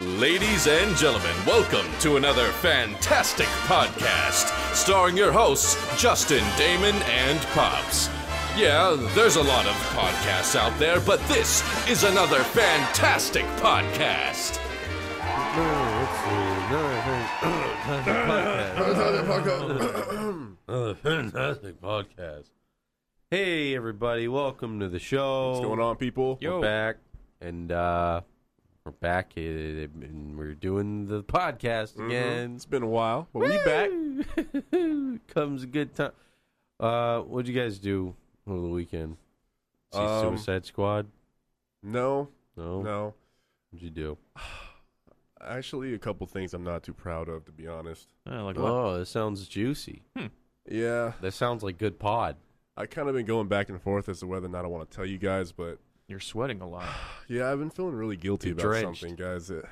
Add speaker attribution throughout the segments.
Speaker 1: Ladies and gentlemen, welcome to another fantastic podcast starring your hosts, Justin, Damon, and Pops. Yeah, there's a lot of podcasts out there, but this is another fantastic podcast.
Speaker 2: Another fantastic podcast. Hey everybody, welcome to the show.
Speaker 3: What's going on, people?
Speaker 2: We're back and uh we're back uh, and we're doing the podcast again.
Speaker 3: It's been a while, but we back.
Speaker 2: Comes a good time. Uh what'd you guys do over the weekend? See
Speaker 3: Um,
Speaker 2: Suicide Squad?
Speaker 3: No,
Speaker 2: No.
Speaker 3: no.
Speaker 2: What'd you do?
Speaker 3: Actually, a couple things I'm not too proud of, to be honest.
Speaker 4: Uh, like what?
Speaker 2: Oh, that sounds juicy.
Speaker 3: Yeah,
Speaker 2: That sounds like good pod.
Speaker 3: I kind of been going back and forth as to whether or not I want to tell you guys, but
Speaker 4: You're sweating a lot.
Speaker 3: yeah, I've been feeling really guilty
Speaker 2: You're
Speaker 3: about
Speaker 2: drenched.
Speaker 3: something, guys. It-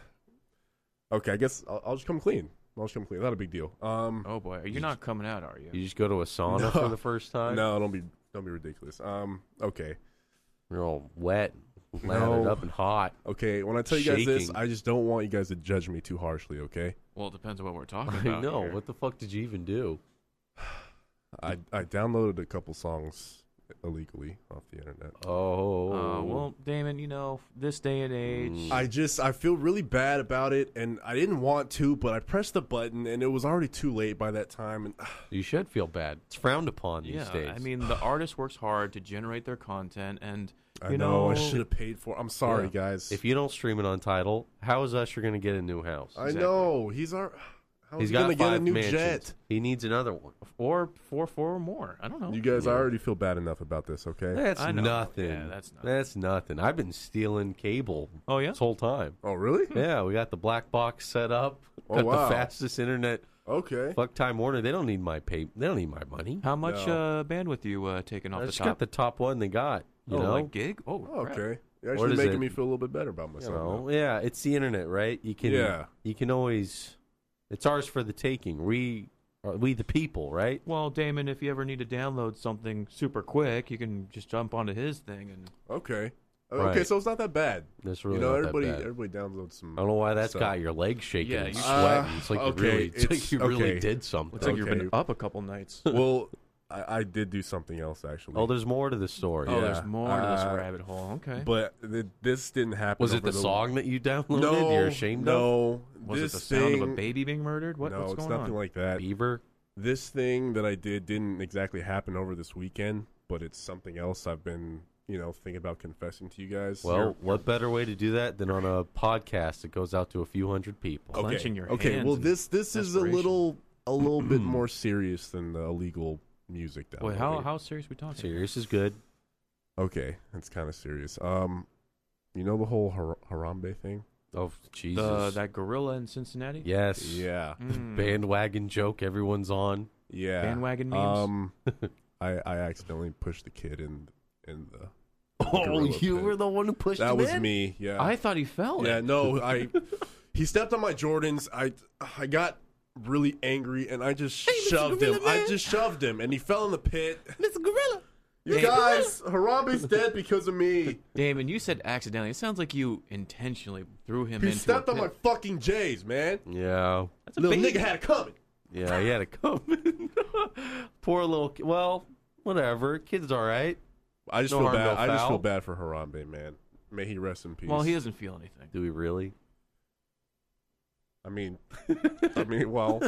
Speaker 3: okay, I guess I'll, I'll just come clean. I'll just come clean. Not a big deal. Um,
Speaker 4: Oh boy, are you not coming out? Are you?
Speaker 2: You just go to a sauna
Speaker 3: No.
Speaker 2: for the first time.
Speaker 3: no, don't be don't be ridiculous. Um, okay,
Speaker 2: You're all wet, lathered
Speaker 3: No.
Speaker 2: up and hot.
Speaker 3: okay. When I tell you guys this,
Speaker 2: Shaking.
Speaker 3: I just don't want you guys to judge me too harshly. Okay,
Speaker 4: Well, it depends on what we're talking
Speaker 2: I
Speaker 4: about.
Speaker 2: know.
Speaker 4: here.
Speaker 2: What the fuck did you even do? Mm.
Speaker 3: I I downloaded a couple songs illegally off the internet.
Speaker 2: Oh,
Speaker 4: Uh, well, Damon, you know this day and age.
Speaker 3: I just I feel really bad about it, and I didn't want to, but I pressed the button, and it was already too late by that time. And
Speaker 2: you should feel bad. It's frowned upon these
Speaker 4: yeah,
Speaker 2: days.
Speaker 4: I mean the artist works hard to generate their content, and you
Speaker 3: I know, I should have paid for. it. I'm sorry,
Speaker 2: Yeah.
Speaker 3: guys.
Speaker 2: if you don't stream it on title, how is Usher going to get a new house?
Speaker 3: I know he's our. How's
Speaker 2: He's
Speaker 3: he
Speaker 2: got
Speaker 3: gonna
Speaker 2: five
Speaker 3: get a new
Speaker 2: mansions.
Speaker 3: jet?
Speaker 2: He needs another one.
Speaker 4: or four, four or more. I don't know.
Speaker 3: You guys, I already feel bad enough about this. Okay.
Speaker 2: That's
Speaker 4: I know.
Speaker 2: nothing.
Speaker 4: Yeah, that's nothing.
Speaker 2: nothing. I've been stealing cable
Speaker 4: oh yeah.
Speaker 2: this whole time.
Speaker 3: Oh really?
Speaker 2: Yeah, we got the black box set up.
Speaker 3: Oh,
Speaker 2: got
Speaker 3: wow.
Speaker 2: the fastest internet.
Speaker 3: Okay.
Speaker 2: Fuck Time Warner. They don't need my pay. They don't need my money.
Speaker 4: How much
Speaker 3: No.
Speaker 4: uh, bandwidth you uh, taking off
Speaker 2: I
Speaker 4: the
Speaker 2: just got
Speaker 4: top?
Speaker 2: the top one they got. You
Speaker 4: oh,
Speaker 2: know,
Speaker 4: like gig. Oh, crap.
Speaker 3: Okay.
Speaker 2: What
Speaker 3: You're actually
Speaker 2: is
Speaker 3: making
Speaker 2: it?
Speaker 3: me feel a little bit better about
Speaker 2: you
Speaker 3: myself.
Speaker 2: know, yeah, it's the internet, right? You can,
Speaker 3: Yeah.
Speaker 2: you can always. It's ours for the taking. We, uh, we the people, right?
Speaker 4: Well, Damon, if you ever need to download something super quick, you can just jump onto his thing and
Speaker 3: now. Okay. Uh, Okay,
Speaker 2: Right.
Speaker 3: so it's not that bad.
Speaker 2: That's really
Speaker 3: you know,
Speaker 2: not that
Speaker 3: everybody
Speaker 2: bad.
Speaker 3: everybody downloads some.
Speaker 2: I don't know why that's
Speaker 3: stuff.
Speaker 2: got your legs shaking
Speaker 4: Yeah,
Speaker 2: and
Speaker 4: you-
Speaker 2: sweating.
Speaker 3: Uh,
Speaker 2: it's like
Speaker 3: okay,
Speaker 2: you really, it's like
Speaker 3: it's-
Speaker 2: you really
Speaker 3: okay.
Speaker 2: did something.
Speaker 4: looks like you've been
Speaker 3: Okay.
Speaker 4: up a couple nights.
Speaker 3: Well, I, I did do something else actually.
Speaker 2: oh, there's more to the story.
Speaker 4: Oh, there's
Speaker 3: yeah,
Speaker 4: more to this
Speaker 3: uh,
Speaker 4: rabbit hole. Okay.
Speaker 3: but th- this didn't happen.
Speaker 2: Was it
Speaker 3: over
Speaker 2: the song that you downloaded?
Speaker 3: No,
Speaker 2: You're ashamed of
Speaker 3: no.
Speaker 4: Was
Speaker 3: this
Speaker 4: it the sound
Speaker 3: thing,
Speaker 4: of a baby being murdered? What,
Speaker 3: no,
Speaker 4: what's
Speaker 3: it's
Speaker 4: going
Speaker 3: nothing
Speaker 4: on?
Speaker 3: like that.
Speaker 2: Beaver.
Speaker 3: This thing that I did didn't exactly happen over this weekend, but it's something else I've been, you know, thinking about confessing to you guys.
Speaker 2: Well,
Speaker 3: You're-
Speaker 2: what better way to do that than on a podcast that goes out to a few hundred people?
Speaker 3: okay,
Speaker 4: clenching your
Speaker 3: okay.
Speaker 4: hands
Speaker 3: well,
Speaker 4: in
Speaker 3: this this is a
Speaker 4: desperation.
Speaker 3: little a little bit more serious than the illegal music. Down
Speaker 4: Wait, how, how serious are we talking?
Speaker 2: Serious is good.
Speaker 3: Okay, that's kind of serious. Um, you know the whole Har- Harambe thing?
Speaker 2: Oh Jesus!
Speaker 4: The, that gorilla in Cincinnati?
Speaker 2: yes.
Speaker 3: Yeah,
Speaker 2: Hmm.
Speaker 4: Mm.
Speaker 2: Bandwagon joke everyone's on.
Speaker 3: yeah.
Speaker 4: Bandwagon memes?
Speaker 3: Um, I I accidentally pushed the kid in in the
Speaker 2: Oh,
Speaker 3: Gorilla
Speaker 2: you
Speaker 3: pit.
Speaker 2: were the one who pushed
Speaker 3: That
Speaker 2: him
Speaker 3: was
Speaker 2: in?
Speaker 3: me. Yeah.
Speaker 4: I thought he fell.
Speaker 3: yeah. No, I. he stepped on my Jordans. I. I got really angry and I just shoved him. I just shoved him and he fell in the pit.
Speaker 2: Mr. Gorilla.
Speaker 3: You guys, Harambe's dead because of me.
Speaker 4: Damon, you said accidentally. It sounds like you intentionally threw him
Speaker 3: He
Speaker 4: into
Speaker 3: stepped
Speaker 4: a
Speaker 3: on my
Speaker 4: pit.
Speaker 3: fucking J's, man.
Speaker 2: Yeah.
Speaker 4: That's a
Speaker 3: Little
Speaker 4: baby.
Speaker 3: nigga had it coming.
Speaker 2: Yeah, he had a coming. Poor little. Ki- well, whatever. Kid's all right.
Speaker 3: I just
Speaker 2: No
Speaker 3: feel
Speaker 2: harm,
Speaker 3: bad.
Speaker 2: no
Speaker 3: I just
Speaker 2: foul.
Speaker 3: feel bad for Harambe, man. May he rest in peace.
Speaker 4: Well, he doesn't feel anything.
Speaker 2: Do we really?
Speaker 3: I mean, I mean, well,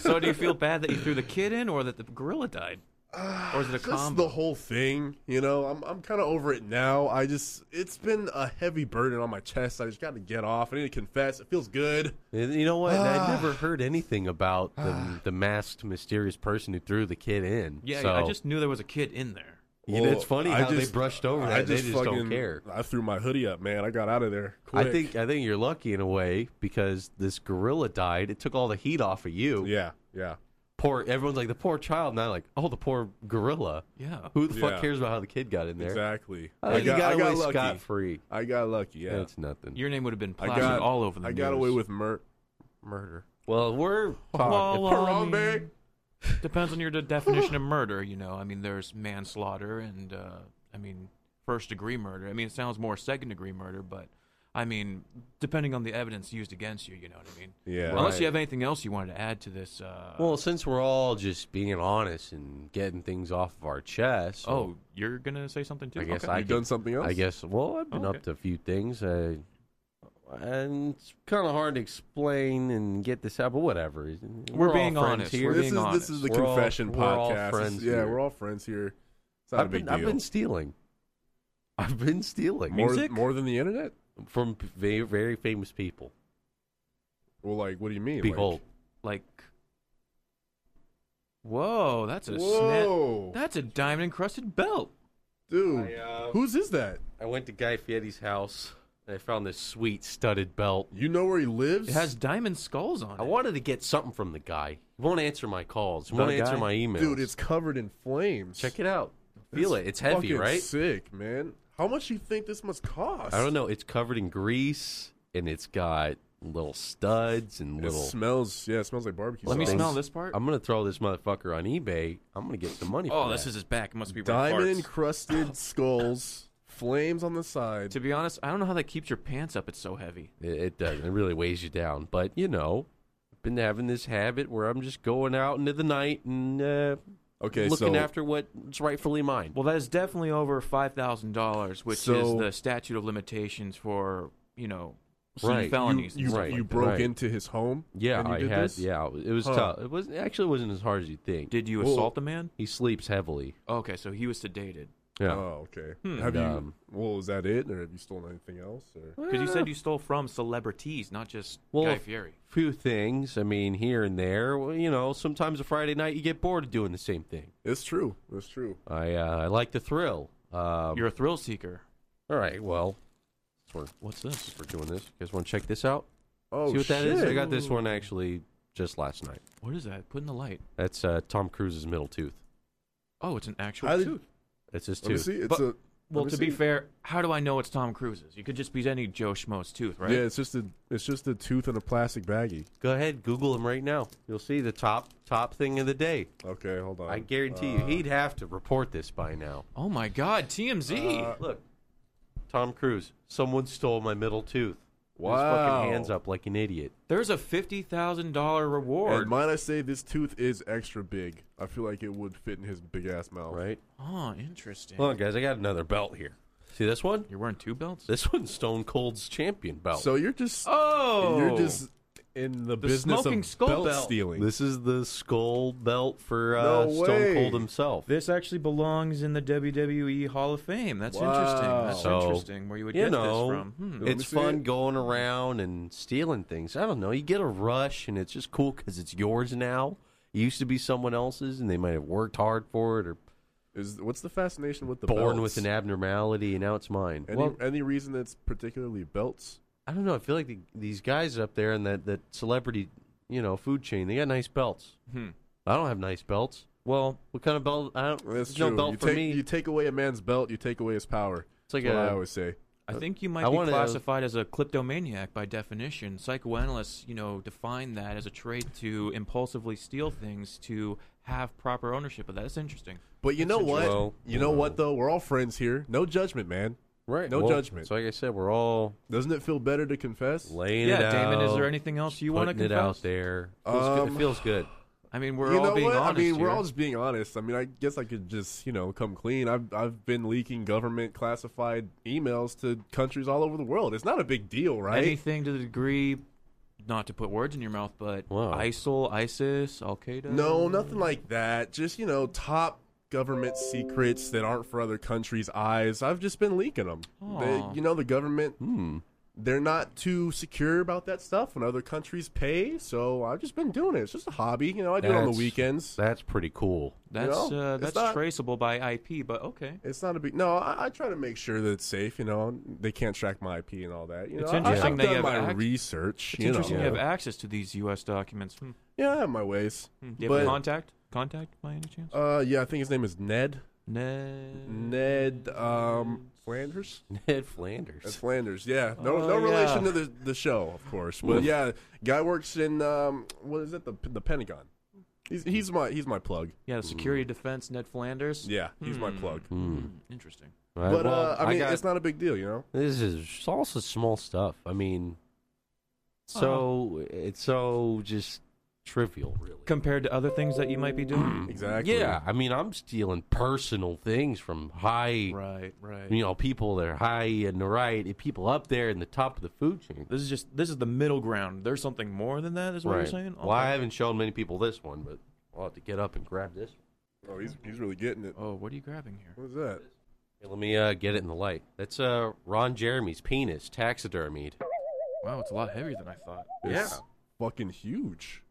Speaker 4: so do you feel bad that you threw the kid in or that the gorilla died? Or is
Speaker 3: Ah,
Speaker 4: it a
Speaker 3: just
Speaker 4: combo?
Speaker 3: the whole thing, you know. I'm I'm kind of over it now. I just it's been a heavy burden on my chest. I just got to get off. I need to confess. It feels good.
Speaker 2: And Eh, You know what? I never heard anything about the, the masked, mysterious person who threw the kid in.
Speaker 4: Yeah,
Speaker 2: so,
Speaker 4: I just knew there was a kid in there.
Speaker 2: You know,
Speaker 3: Well,
Speaker 2: it's funny
Speaker 3: I
Speaker 2: how they
Speaker 3: just-
Speaker 2: brushed over that.
Speaker 3: I
Speaker 2: they just don't
Speaker 3: fucking-
Speaker 2: care.
Speaker 3: I threw my hoodie up, man. I got out of there. Quick.
Speaker 2: I think I think you're lucky in a way because this gorilla died. It took all the heat off of you.
Speaker 3: Yeah, yeah.
Speaker 2: Poor everyone's like the poor child, and I'm like, oh, the poor gorilla.
Speaker 4: Yeah.
Speaker 2: Who the
Speaker 3: Yeah.
Speaker 2: fuck cares about how the kid got in there?
Speaker 3: Exactly.
Speaker 2: Oh,
Speaker 3: I
Speaker 2: you
Speaker 3: got,
Speaker 2: got,
Speaker 3: I got
Speaker 2: away
Speaker 3: lucky.
Speaker 2: scot free.
Speaker 3: I got lucky. Yeah.
Speaker 2: That's nothing.
Speaker 4: Your name would have been
Speaker 3: I
Speaker 4: plastered
Speaker 3: got
Speaker 4: all over the
Speaker 3: I got away
Speaker 4: news.
Speaker 3: with mur- murder.
Speaker 2: well, we're
Speaker 4: Well,
Speaker 2: talking.
Speaker 4: well, I mean,
Speaker 3: Harambe.
Speaker 4: Depends on your de- definition of murder, you know. I mean, there's manslaughter and, uh, I mean, first degree murder. I mean, it sounds more second degree murder, but I mean, depending on the evidence used against you, you know what I mean.
Speaker 3: Yeah.
Speaker 4: Unless
Speaker 2: Right.
Speaker 4: you have anything else you wanted to add to this. Uh,
Speaker 2: Well, since we're all just being honest and getting things off of our chest,
Speaker 4: oh, you're gonna say something too.
Speaker 2: I guess
Speaker 4: Okay.
Speaker 2: I
Speaker 3: you done something else?
Speaker 2: I guess. Well, I've been
Speaker 4: Okay.
Speaker 2: up to a few things, uh, and it's kind of hard to explain and get this out, but whatever.
Speaker 4: We're being
Speaker 2: all friends
Speaker 4: honest.
Speaker 2: Here.
Speaker 4: We're
Speaker 3: this
Speaker 4: being
Speaker 3: is
Speaker 4: honest.
Speaker 3: this is the
Speaker 2: We're all-
Speaker 3: confession
Speaker 2: we're all
Speaker 3: podcast. This is-
Speaker 2: friends
Speaker 3: yeah,
Speaker 2: here.
Speaker 3: we're all friends here. It's not
Speaker 2: I've
Speaker 3: a big
Speaker 2: been, I've
Speaker 3: deal.
Speaker 2: been stealing. I've been stealing
Speaker 3: more,
Speaker 4: Music?
Speaker 3: more than the internet.
Speaker 2: from p- very, very famous people.
Speaker 3: Well, like, what do you mean?
Speaker 2: Behold,
Speaker 4: like. Whoa, that's a
Speaker 3: Like,
Speaker 4: snap.
Speaker 3: whoa,
Speaker 4: That's a diamond encrusted belt.
Speaker 3: dude,
Speaker 4: uh,
Speaker 3: whose is that?
Speaker 2: I went to Guy Fieri's house and I found this sweet studded belt.
Speaker 3: You know where he lives?
Speaker 4: It has diamond skulls on it.
Speaker 2: I wanted to get something from the guy. He won't answer my calls. He
Speaker 4: The
Speaker 2: won't answer
Speaker 4: guy?
Speaker 2: my emails.
Speaker 3: dude, it's covered in flames.
Speaker 2: check it out. Feel it. It's heavy,
Speaker 3: Fucking
Speaker 2: right?
Speaker 3: Sick, man. How much do you think this must cost?
Speaker 2: I don't know. It's covered in grease and it's got little studs and
Speaker 3: It
Speaker 2: little.
Speaker 3: smells. Yeah, it smells like barbecue.
Speaker 4: Let me
Speaker 3: sauce.
Speaker 4: smell this part.
Speaker 2: I'm gonna throw this motherfucker on eBay. I'm gonna get some money.
Speaker 4: oh,
Speaker 2: for
Speaker 4: this
Speaker 2: that.
Speaker 4: is his back. It must be where it
Speaker 3: Diamond
Speaker 4: farts.
Speaker 3: encrusted skulls, flames on the side.
Speaker 4: To be honest, I don't know how that keeps your pants up. It's so heavy.
Speaker 2: It, it does. It really weighs you down. But you know, been having this habit where I'm just going out into the night and uh,
Speaker 3: Okay,
Speaker 2: looking
Speaker 3: so
Speaker 2: after what's rightfully mine.
Speaker 4: Well, that is definitely over five thousand dollars, which
Speaker 3: So-
Speaker 4: is the statute of limitations for you know some
Speaker 2: Right. You-
Speaker 4: felonies. and
Speaker 3: you,
Speaker 4: stuff
Speaker 2: Right,
Speaker 4: like
Speaker 3: you
Speaker 4: that.
Speaker 3: broke
Speaker 2: right.
Speaker 3: into his home.
Speaker 2: yeah,
Speaker 3: and you
Speaker 2: I
Speaker 3: did
Speaker 2: had.
Speaker 3: this?
Speaker 2: Yeah, it was
Speaker 3: Huh.
Speaker 2: tough. It wasn't actually it wasn't as hard as you think.
Speaker 4: Did you
Speaker 3: Well-
Speaker 4: assault the man?
Speaker 2: he sleeps heavily?
Speaker 4: Okay, so he was sedated
Speaker 2: Yeah.
Speaker 3: Oh, okay.
Speaker 4: Hmm.
Speaker 3: Have you?
Speaker 2: And, um,
Speaker 3: well, was that it, or have you stolen anything else? Or
Speaker 4: because you said you stole from celebrities, not just
Speaker 2: Well,
Speaker 4: Guy
Speaker 2: if-
Speaker 4: Fieri.
Speaker 2: few things. I mean, here and there. Well, you know, sometimes a Friday night you get bored of doing the same thing.
Speaker 3: it's true. It's true.
Speaker 2: I uh, I like the thrill. Um,
Speaker 4: You're a thrill seeker.
Speaker 2: all right. Well,
Speaker 4: What's this?
Speaker 2: we're doing this. You guys want to check this out?
Speaker 3: Oh,
Speaker 2: See what
Speaker 3: shit.
Speaker 2: that is? I got this one actually just last night.
Speaker 4: What is that? Put in the light.
Speaker 2: That's uh, Tom Cruise's middle tooth.
Speaker 4: Oh, it's an actual
Speaker 3: How did-
Speaker 4: tooth.
Speaker 2: That's his
Speaker 3: Let me
Speaker 2: tooth.
Speaker 3: see. It's
Speaker 4: But-
Speaker 3: a.
Speaker 4: Well,
Speaker 3: let
Speaker 4: to
Speaker 3: me
Speaker 4: be
Speaker 3: see.
Speaker 4: fair, how do I know it's Tom Cruise's? You could just be any Joe Schmo's tooth, right?
Speaker 3: Yeah, it's just a. It's just a tooth in a plastic baggie.
Speaker 2: Go ahead, Google him right now. You'll see the top top thing of the day.
Speaker 3: Okay, hold on. Uh,
Speaker 2: I guarantee you, he'd have to report this by now.
Speaker 4: Oh my God, TMZ.
Speaker 3: Uh,
Speaker 2: Look, Tom Cruise, someone stole my middle tooth. Put His
Speaker 3: Wow.
Speaker 2: fucking hands up like an idiot.
Speaker 4: There's a fifty thousand dollar reward.
Speaker 3: And might I say, this tooth is extra big. I feel like it would fit in his big ass mouth.
Speaker 2: Right?
Speaker 4: oh, interesting.
Speaker 2: Hold on, guys. I got another belt here. See this one?
Speaker 4: You're wearing two belts.
Speaker 2: This one's Stone Cold's champion belt.
Speaker 3: So you're just.
Speaker 4: Oh,
Speaker 3: You're just in the, business
Speaker 4: smoking
Speaker 3: of
Speaker 4: skull
Speaker 3: belt,
Speaker 4: belt.
Speaker 3: stealing.
Speaker 2: this is the skull belt for uh,
Speaker 3: No
Speaker 2: Stone
Speaker 3: way.
Speaker 2: Cold himself.
Speaker 4: This actually belongs in the WWE Hall of Fame. That's interesting.
Speaker 3: Wow.
Speaker 4: That's
Speaker 2: So,
Speaker 4: interesting. Where you would
Speaker 2: you
Speaker 4: get
Speaker 2: know,
Speaker 4: this from? Hmm.
Speaker 3: Let me
Speaker 2: It's
Speaker 3: see
Speaker 2: fun
Speaker 3: it.
Speaker 2: going around and stealing things. I don't know. You get a rush, and it's just cool because it's yours now. It used to be someone else's, and they might have worked hard for it or
Speaker 3: Is what's the fascination with the
Speaker 2: born
Speaker 3: belts?
Speaker 2: with an abnormality, and now it's mine.
Speaker 3: Any,
Speaker 2: well,
Speaker 3: any reason that's particularly belts?
Speaker 2: I don't know. I feel like the, these guys up there in that, that celebrity, you know, food chain, they got nice belts.
Speaker 4: Hmm.
Speaker 2: I don't have nice belts.
Speaker 4: Well,
Speaker 2: What kind of belt? I don't.
Speaker 3: That's
Speaker 2: there's
Speaker 3: true.
Speaker 2: no belt
Speaker 3: you
Speaker 2: for
Speaker 3: take
Speaker 2: me.
Speaker 3: you take away a man's belt, you take away his power.
Speaker 2: it's like
Speaker 3: That's what I
Speaker 2: a.
Speaker 3: always say.
Speaker 4: I think you might
Speaker 2: I
Speaker 4: be
Speaker 2: wanna-
Speaker 4: classified as a kleptomaniac by definition. Psychoanalysts, you know, define that as a trait to impulsively steal things to have proper ownership of that. That's interesting.
Speaker 3: But you know what?
Speaker 2: Well,
Speaker 3: you know
Speaker 2: well.
Speaker 3: what though? We're all friends here. No judgment, man.
Speaker 2: right.
Speaker 3: no
Speaker 2: well,
Speaker 3: judgment.
Speaker 2: So, like I said, we're all
Speaker 3: Doesn't it feel better to confess?
Speaker 2: laying
Speaker 4: yeah,
Speaker 2: it
Speaker 4: Damon, is
Speaker 2: out,
Speaker 4: there anything else you want to
Speaker 2: putting
Speaker 4: confess?
Speaker 2: it out there? Feels good.
Speaker 3: Um,
Speaker 2: It feels good.
Speaker 4: I mean, we're
Speaker 3: you
Speaker 4: all
Speaker 3: know
Speaker 4: being
Speaker 3: what?
Speaker 4: honest
Speaker 3: I mean, we're
Speaker 4: here.
Speaker 3: all just being honest. I mean, I guess I could just, you know, come clean. I've I've been leaking government classified emails to countries all over the world. It's not a big deal, right?
Speaker 4: anything to the degree, not to put words in your mouth, but
Speaker 2: Wow.
Speaker 4: ISIL, ISIS, Al Qaeda.
Speaker 3: No, nothing like that. Just, you know, top government secrets that aren't for other countries' eyes. I've just been leaking them. They,
Speaker 4: Aw. Hmm.
Speaker 3: you know, the government, they're not too secure about that stuff when other countries pay. So I've just been doing it. It's just a hobby. You know, I do it on the
Speaker 2: That's-
Speaker 3: weekends.
Speaker 2: That's pretty cool.
Speaker 4: That's
Speaker 3: You know,
Speaker 4: uh,
Speaker 3: it's
Speaker 4: that's
Speaker 3: not-
Speaker 4: traceable by IP, but okay.
Speaker 3: It's not a big no. I, I try to make sure that it's safe. You know, they can't track my IP and all that. You
Speaker 4: It's
Speaker 3: know,
Speaker 4: interesting
Speaker 3: I, I've
Speaker 4: that you
Speaker 3: done
Speaker 4: have
Speaker 3: my
Speaker 4: act-
Speaker 3: research.
Speaker 4: It's
Speaker 3: you
Speaker 4: interesting
Speaker 3: know.
Speaker 4: you have access to these U.S. documents. Hmm.
Speaker 3: yeah, I have my ways.
Speaker 4: Hmm. Do you have
Speaker 3: But-
Speaker 4: a contact? Contact by any chance?
Speaker 3: Uh, yeah, I think his name is Ned.
Speaker 4: Ned.
Speaker 3: Ned um, Flanders.
Speaker 2: Ned Flanders.
Speaker 3: That's Flanders, yeah. No, no
Speaker 4: Oh, yeah.
Speaker 3: relation to the the show, of course. But yeah, guy works in um, what is it? The the Pentagon. He's, he's my he's my plug.
Speaker 4: Yeah, the security defense, Ned Flanders.
Speaker 3: Yeah, he's my
Speaker 4: Hmm.
Speaker 3: plug.
Speaker 2: Mm.
Speaker 4: Interesting.
Speaker 2: Hmm. Right,
Speaker 3: But
Speaker 2: well,
Speaker 3: uh, I mean,
Speaker 2: got-
Speaker 3: it's not a big deal, you know.
Speaker 2: This is also small stuff. I mean,
Speaker 4: Uh-huh.
Speaker 2: so it's so just trivial, really.
Speaker 4: Compared to other things that you might be doing.
Speaker 3: Exactly.
Speaker 2: Yeah, I mean, I'm stealing personal things from high,
Speaker 4: right, right.
Speaker 2: you know, people that are high and right, people up there in the top of the food chain.
Speaker 4: This is just this is the middle ground. There's something more than that, is what you're saying.
Speaker 2: Well, I haven't shown many people this one, but I'll have to get up and grab this. One.
Speaker 3: Oh, he's he's really getting it.
Speaker 4: Oh, what are you grabbing here?
Speaker 3: What is that?
Speaker 2: Hey, let me uh, get it in the light. That's uh, Ron Jeremy's penis taxidermied.
Speaker 4: Wow, it's a lot heavier than I thought.
Speaker 3: It's fucking huge.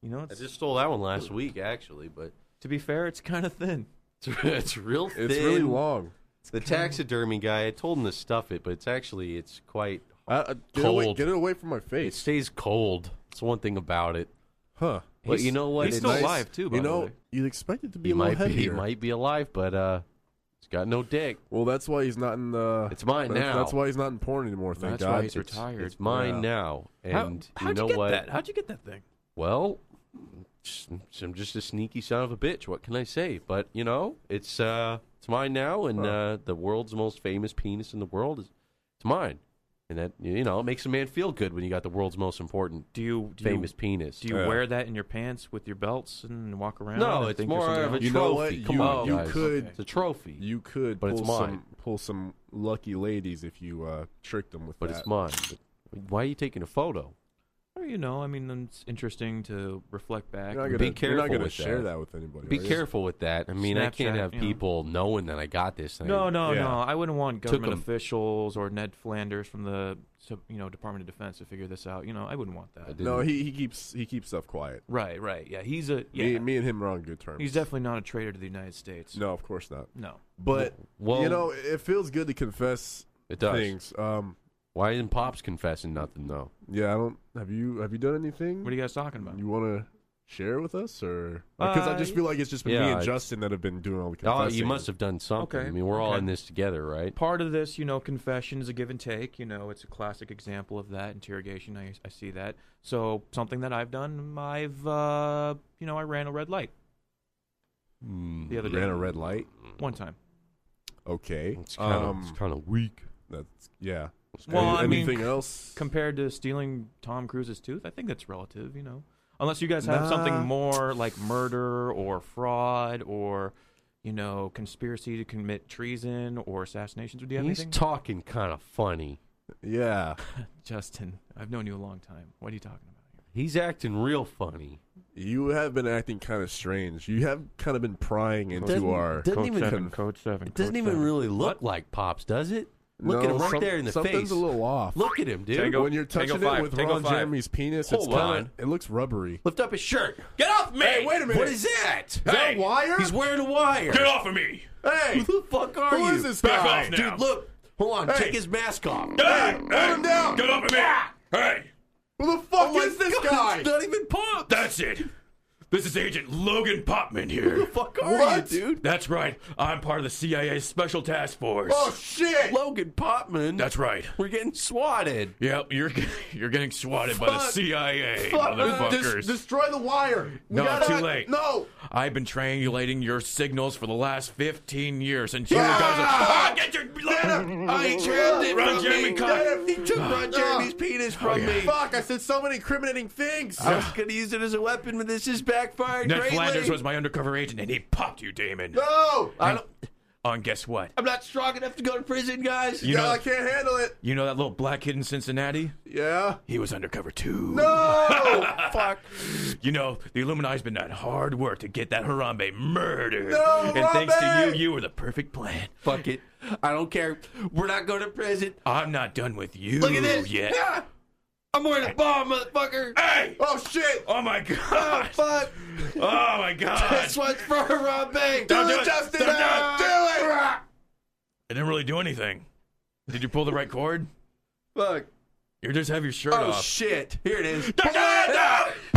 Speaker 4: You know,
Speaker 2: I
Speaker 4: it's,
Speaker 2: just stole that one last week, actually, but
Speaker 4: to be fair, it's kind of thin.
Speaker 2: it's, it's real thin.
Speaker 3: It's really long.
Speaker 2: The taxidermy guy, I told him to stuff it, but it's actually it's quite.
Speaker 3: I, I- Uh, get, it away,
Speaker 2: Cold.
Speaker 3: get it away from my
Speaker 2: It
Speaker 3: face.
Speaker 2: stays cold. It's one thing about it.
Speaker 3: Huh.
Speaker 2: But you know what?
Speaker 4: he's
Speaker 2: It's
Speaker 4: still
Speaker 2: nice-
Speaker 4: alive too. By
Speaker 3: you
Speaker 4: the
Speaker 3: know,
Speaker 4: way.
Speaker 3: you'd expect it to be
Speaker 2: He
Speaker 3: a little
Speaker 2: might be, he
Speaker 3: heavier.
Speaker 2: might be alive, but uh, he's got no dick.
Speaker 3: Well, that's why he's not in. Uh,
Speaker 2: It's mine
Speaker 3: that's-
Speaker 2: now.
Speaker 3: That's why he's not in porn anymore. Thank
Speaker 4: that's
Speaker 3: God.
Speaker 4: why he's
Speaker 3: It's-
Speaker 4: retired.
Speaker 2: It's mine
Speaker 3: Yeah.
Speaker 2: now, and
Speaker 4: How, how'd
Speaker 2: you know
Speaker 4: you get
Speaker 2: what?
Speaker 4: that? How'd you get that thing?
Speaker 2: Well, just- I'm just a sneaky son of a bitch. What can I say? But you know, it's uh, it's mine now, and uh, the world's most famous penis in the world is it's mine, and that you know it makes a man feel good when you got the world's most important
Speaker 4: Do you do
Speaker 2: famous
Speaker 4: You,
Speaker 2: penis.
Speaker 4: do you
Speaker 3: Yeah.
Speaker 4: wear that in your pants with your belts and walk around?
Speaker 2: no,
Speaker 4: and
Speaker 2: it's
Speaker 4: think you're
Speaker 2: more
Speaker 4: something
Speaker 2: of a
Speaker 4: else?
Speaker 3: You
Speaker 2: trophy.
Speaker 3: know what?
Speaker 2: Come
Speaker 3: You-
Speaker 2: on,
Speaker 3: you
Speaker 2: guys.
Speaker 3: could-
Speaker 2: It's a trophy,
Speaker 3: You could,
Speaker 2: But
Speaker 3: pull
Speaker 2: it's mine.
Speaker 3: some pull some lucky ladies if you uh, tricked them with
Speaker 2: but
Speaker 3: that.
Speaker 2: it's mine. But why are you taking a photo?
Speaker 4: Or, you know, I mean, it's interesting to reflect back.
Speaker 3: You're not gonna,
Speaker 4: and-
Speaker 2: Be
Speaker 3: You're not
Speaker 2: careful
Speaker 3: gonna
Speaker 2: with
Speaker 3: share
Speaker 2: that.
Speaker 3: that. with anybody.
Speaker 2: Be
Speaker 3: are you?
Speaker 2: careful with that. I mean, I can't
Speaker 4: Snapchat,
Speaker 2: have
Speaker 4: you know.
Speaker 2: people knowing that I got this thing.
Speaker 4: No, no,
Speaker 3: Yeah.
Speaker 4: no. I wouldn't want government
Speaker 2: 'em.
Speaker 4: officials or Ned Flanders from the so- you know Department of Defense to figure this out. You know, I wouldn't want
Speaker 2: I
Speaker 4: that.
Speaker 2: didn't.
Speaker 3: No, he, he keeps he keeps stuff quiet.
Speaker 4: Right, right. Yeah, he's a yeah.
Speaker 3: Me, me and him are on good terms.
Speaker 4: he's definitely not a traitor to the United States.
Speaker 3: no, of course not.
Speaker 4: no.
Speaker 3: But
Speaker 2: Well,
Speaker 3: you know, it feels good to confess
Speaker 2: it does.
Speaker 3: things. Um,
Speaker 2: Why isn't Pops confessing nothing though?
Speaker 3: yeah, I don't. Have you have you done anything?
Speaker 4: What are you guys talking about?
Speaker 3: you want to share with us, or because I
Speaker 4: Uh,
Speaker 3: just feel like it's just been
Speaker 2: yeah,
Speaker 3: me and
Speaker 2: it's-
Speaker 3: Justin that have been doing all the
Speaker 2: Oh,
Speaker 3: confessing.
Speaker 2: you must have done something.
Speaker 4: Okay,
Speaker 2: I mean, we're all
Speaker 4: okay.
Speaker 2: in this together, right?
Speaker 4: Part of this, you know, confession is a give and take. You know, it's a classic example of that interrogation. I, I see that. So something that I've done, I've uh, you know, I ran a red light
Speaker 2: Hmm.
Speaker 4: the other day,
Speaker 3: ran a red light.
Speaker 4: one time.
Speaker 3: Okay,
Speaker 2: It's kind of
Speaker 3: Um,
Speaker 2: it's kind of weak.
Speaker 3: that's yeah.
Speaker 4: Well,
Speaker 3: Any-
Speaker 4: I mean,
Speaker 3: anything else?
Speaker 4: compared to stealing Tom Cruise's tooth, I think that's relative, you know. Unless you guys have
Speaker 3: Nah.
Speaker 4: something more like murder or fraud or, you know, conspiracy to commit treason or assassinations. Do you have
Speaker 2: He's
Speaker 4: anything?
Speaker 2: talking kind of funny.
Speaker 3: yeah,
Speaker 4: Justin, I've known you a long time. What are you talking about? here?
Speaker 2: He's acting real funny.
Speaker 3: you have been acting kind of strange. You have kind of been prying into
Speaker 2: Doesn't-
Speaker 3: our.
Speaker 2: doesn't even
Speaker 3: seven,
Speaker 4: code seven.
Speaker 2: it doesn't even really look like Pops, does it? Look at
Speaker 3: No,
Speaker 2: him right
Speaker 3: some-
Speaker 2: there in the
Speaker 3: something's
Speaker 2: face.
Speaker 3: a little off.
Speaker 2: Look at him, dude.
Speaker 4: Tango-
Speaker 3: when you're
Speaker 4: Tango
Speaker 3: touching it
Speaker 4: five,
Speaker 3: with
Speaker 4: Tango
Speaker 3: Ron
Speaker 4: five.
Speaker 3: Jeremy's penis,
Speaker 2: Hold
Speaker 3: it's kind
Speaker 2: on.
Speaker 3: of it looks rubbery.
Speaker 2: Lift up his shirt. Get off me!
Speaker 3: Hey, wait a minute.
Speaker 2: What is that?
Speaker 3: that a wire?
Speaker 2: He's wearing a wire.
Speaker 5: Get off of me!
Speaker 3: Hey,
Speaker 2: Who the fuck are
Speaker 3: who
Speaker 2: you?
Speaker 3: is this
Speaker 5: Back
Speaker 3: guy?
Speaker 5: off now.
Speaker 2: Dude, look. Hold on.
Speaker 3: Hey.
Speaker 2: Take his mask off.
Speaker 5: Hey,
Speaker 3: Put him down.
Speaker 5: Get off of me! Hey,
Speaker 3: Who the fuck
Speaker 2: Oh my
Speaker 3: is this
Speaker 2: God,
Speaker 3: guy?
Speaker 2: It's not even Pops.
Speaker 5: that's it. This is Agent Logan Popman
Speaker 2: Who
Speaker 5: here.
Speaker 2: the fuck are
Speaker 3: What?
Speaker 2: you, dude?
Speaker 5: That's right. I'm part of the CIA's Special Task Force.
Speaker 3: Oh shit!
Speaker 2: Logan Popman.
Speaker 5: that's right.
Speaker 2: We're getting swatted.
Speaker 5: Yep, you're you're getting swatted by the
Speaker 3: Fuck.
Speaker 5: CIA,
Speaker 3: Uh,
Speaker 5: motherfuckers.
Speaker 3: des- destroy the wire. We
Speaker 5: No,
Speaker 3: gotta-
Speaker 5: too late.
Speaker 3: No.
Speaker 5: I've been triangulating your signals for the last 15 years, and you
Speaker 3: Ah!
Speaker 5: guys are. Ah, get your.
Speaker 2: I grabbed it
Speaker 5: Ron
Speaker 2: from
Speaker 5: Jeremy
Speaker 2: me.
Speaker 5: Kyle.
Speaker 2: He took Ron Jeremy's penis from
Speaker 5: yeah.
Speaker 2: me.
Speaker 3: Fuck! I said so many incriminating things.
Speaker 2: I was gonna use it as a weapon, but this is backfiring
Speaker 5: Ned
Speaker 2: greatly.
Speaker 5: Flanders was my undercover agent, and he popped you, Damon.
Speaker 3: no.
Speaker 2: I don't,
Speaker 5: On guess what?
Speaker 2: I'm not strong enough to go to prison, guys.
Speaker 5: You
Speaker 3: no,
Speaker 5: know,
Speaker 3: I can't handle it.
Speaker 5: you know that little black kid in Cincinnati?
Speaker 3: Yeah.
Speaker 5: He was undercover too.
Speaker 3: No.
Speaker 2: fuck.
Speaker 5: You know, the Illuminati's been at hard work to get that Harambe murdered.
Speaker 3: No,
Speaker 5: and thanks to
Speaker 3: Harambe!
Speaker 5: you, you were the perfect plan.
Speaker 2: Fuck it. I don't care. We're not going to prison.
Speaker 5: I'm not done with you
Speaker 2: Look at this.
Speaker 5: yet.
Speaker 2: Ah! I'm wearing a bomb, motherfucker.
Speaker 5: Hey!
Speaker 3: oh shit.
Speaker 5: Oh my god!
Speaker 2: Fuck.
Speaker 5: Oh my god!
Speaker 2: This one's for Harambe.
Speaker 5: Don't
Speaker 3: do
Speaker 5: do
Speaker 3: it,
Speaker 5: it.
Speaker 3: Justin.
Speaker 5: Don't do
Speaker 3: Ah,
Speaker 2: Uh,
Speaker 5: I didn't really do anything. Did you pull the right cord?
Speaker 2: Fuck.
Speaker 5: You just have your shirt
Speaker 2: Oh
Speaker 5: off.
Speaker 2: shit. Here it is.
Speaker 5: Don't do it!